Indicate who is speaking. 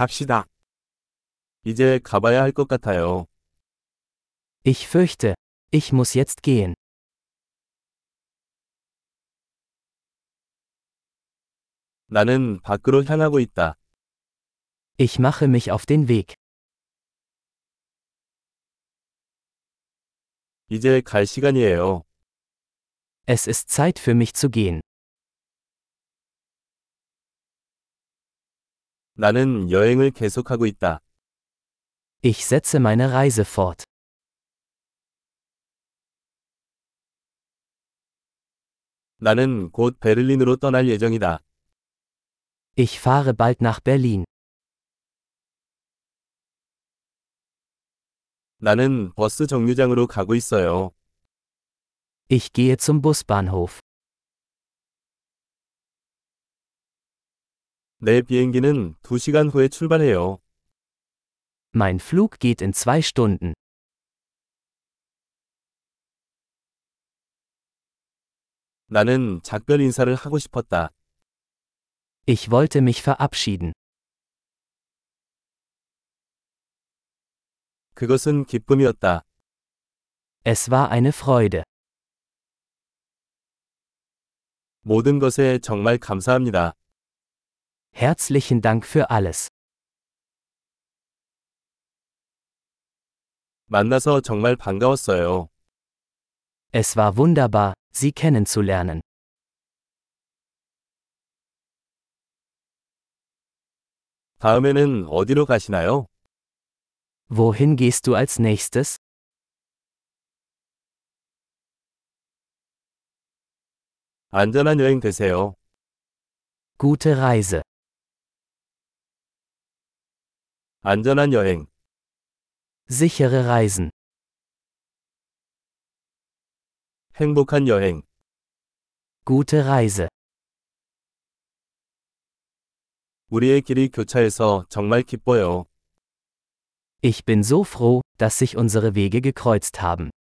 Speaker 1: 갑시다. 이제 가봐야 할 것 같아요.
Speaker 2: Ich fürchte, ich muss jetzt gehen.
Speaker 1: 나는 밖으로 향하고 있다.
Speaker 2: Ich mache mich auf den Weg.
Speaker 1: 이제 갈 시간이에요.
Speaker 2: Es ist Zeit für mich zu gehen.
Speaker 1: 나는 여행을 계속하고 있다.
Speaker 2: Ich setze meine Reise fort.
Speaker 1: 나는 곧 베를린으로 떠날 예정이다.
Speaker 2: Ich fahre bald nach Berlin.
Speaker 1: 나는 버스 정류장으로 가고 있어요.
Speaker 2: Ich gehe zum Busbahnhof.
Speaker 1: 내 비행기는 2시간 후에 출발해요.
Speaker 2: Mein Flug geht in zwei Stunden.
Speaker 1: 나는 작별 인사를 하고 싶었다.
Speaker 2: Ich wollte mich verabschieden.
Speaker 1: 그것은 기쁨이었다.
Speaker 2: Es war eine Freude.
Speaker 1: 모든 것에 정말 감사합니다.
Speaker 2: Herzlichen Dank für alles.
Speaker 1: 만나서 정말 반가웠어요.
Speaker 2: Es war wunderbar, Sie kennenzulernen.
Speaker 1: 다음에는 어디로 가시나요?
Speaker 2: Wohin gehst du als nächstes?
Speaker 1: 안전한 여행 되세요.
Speaker 2: Gute Reise.
Speaker 1: 안전한 여행.
Speaker 2: Sichere Reisen.
Speaker 1: 행복한 여행.
Speaker 2: Gute Reise.
Speaker 1: 우리의 길이 교차해서 정말 기뻐요.
Speaker 2: Ich bin so froh, dass sich unsere Wege gekreuzt haben.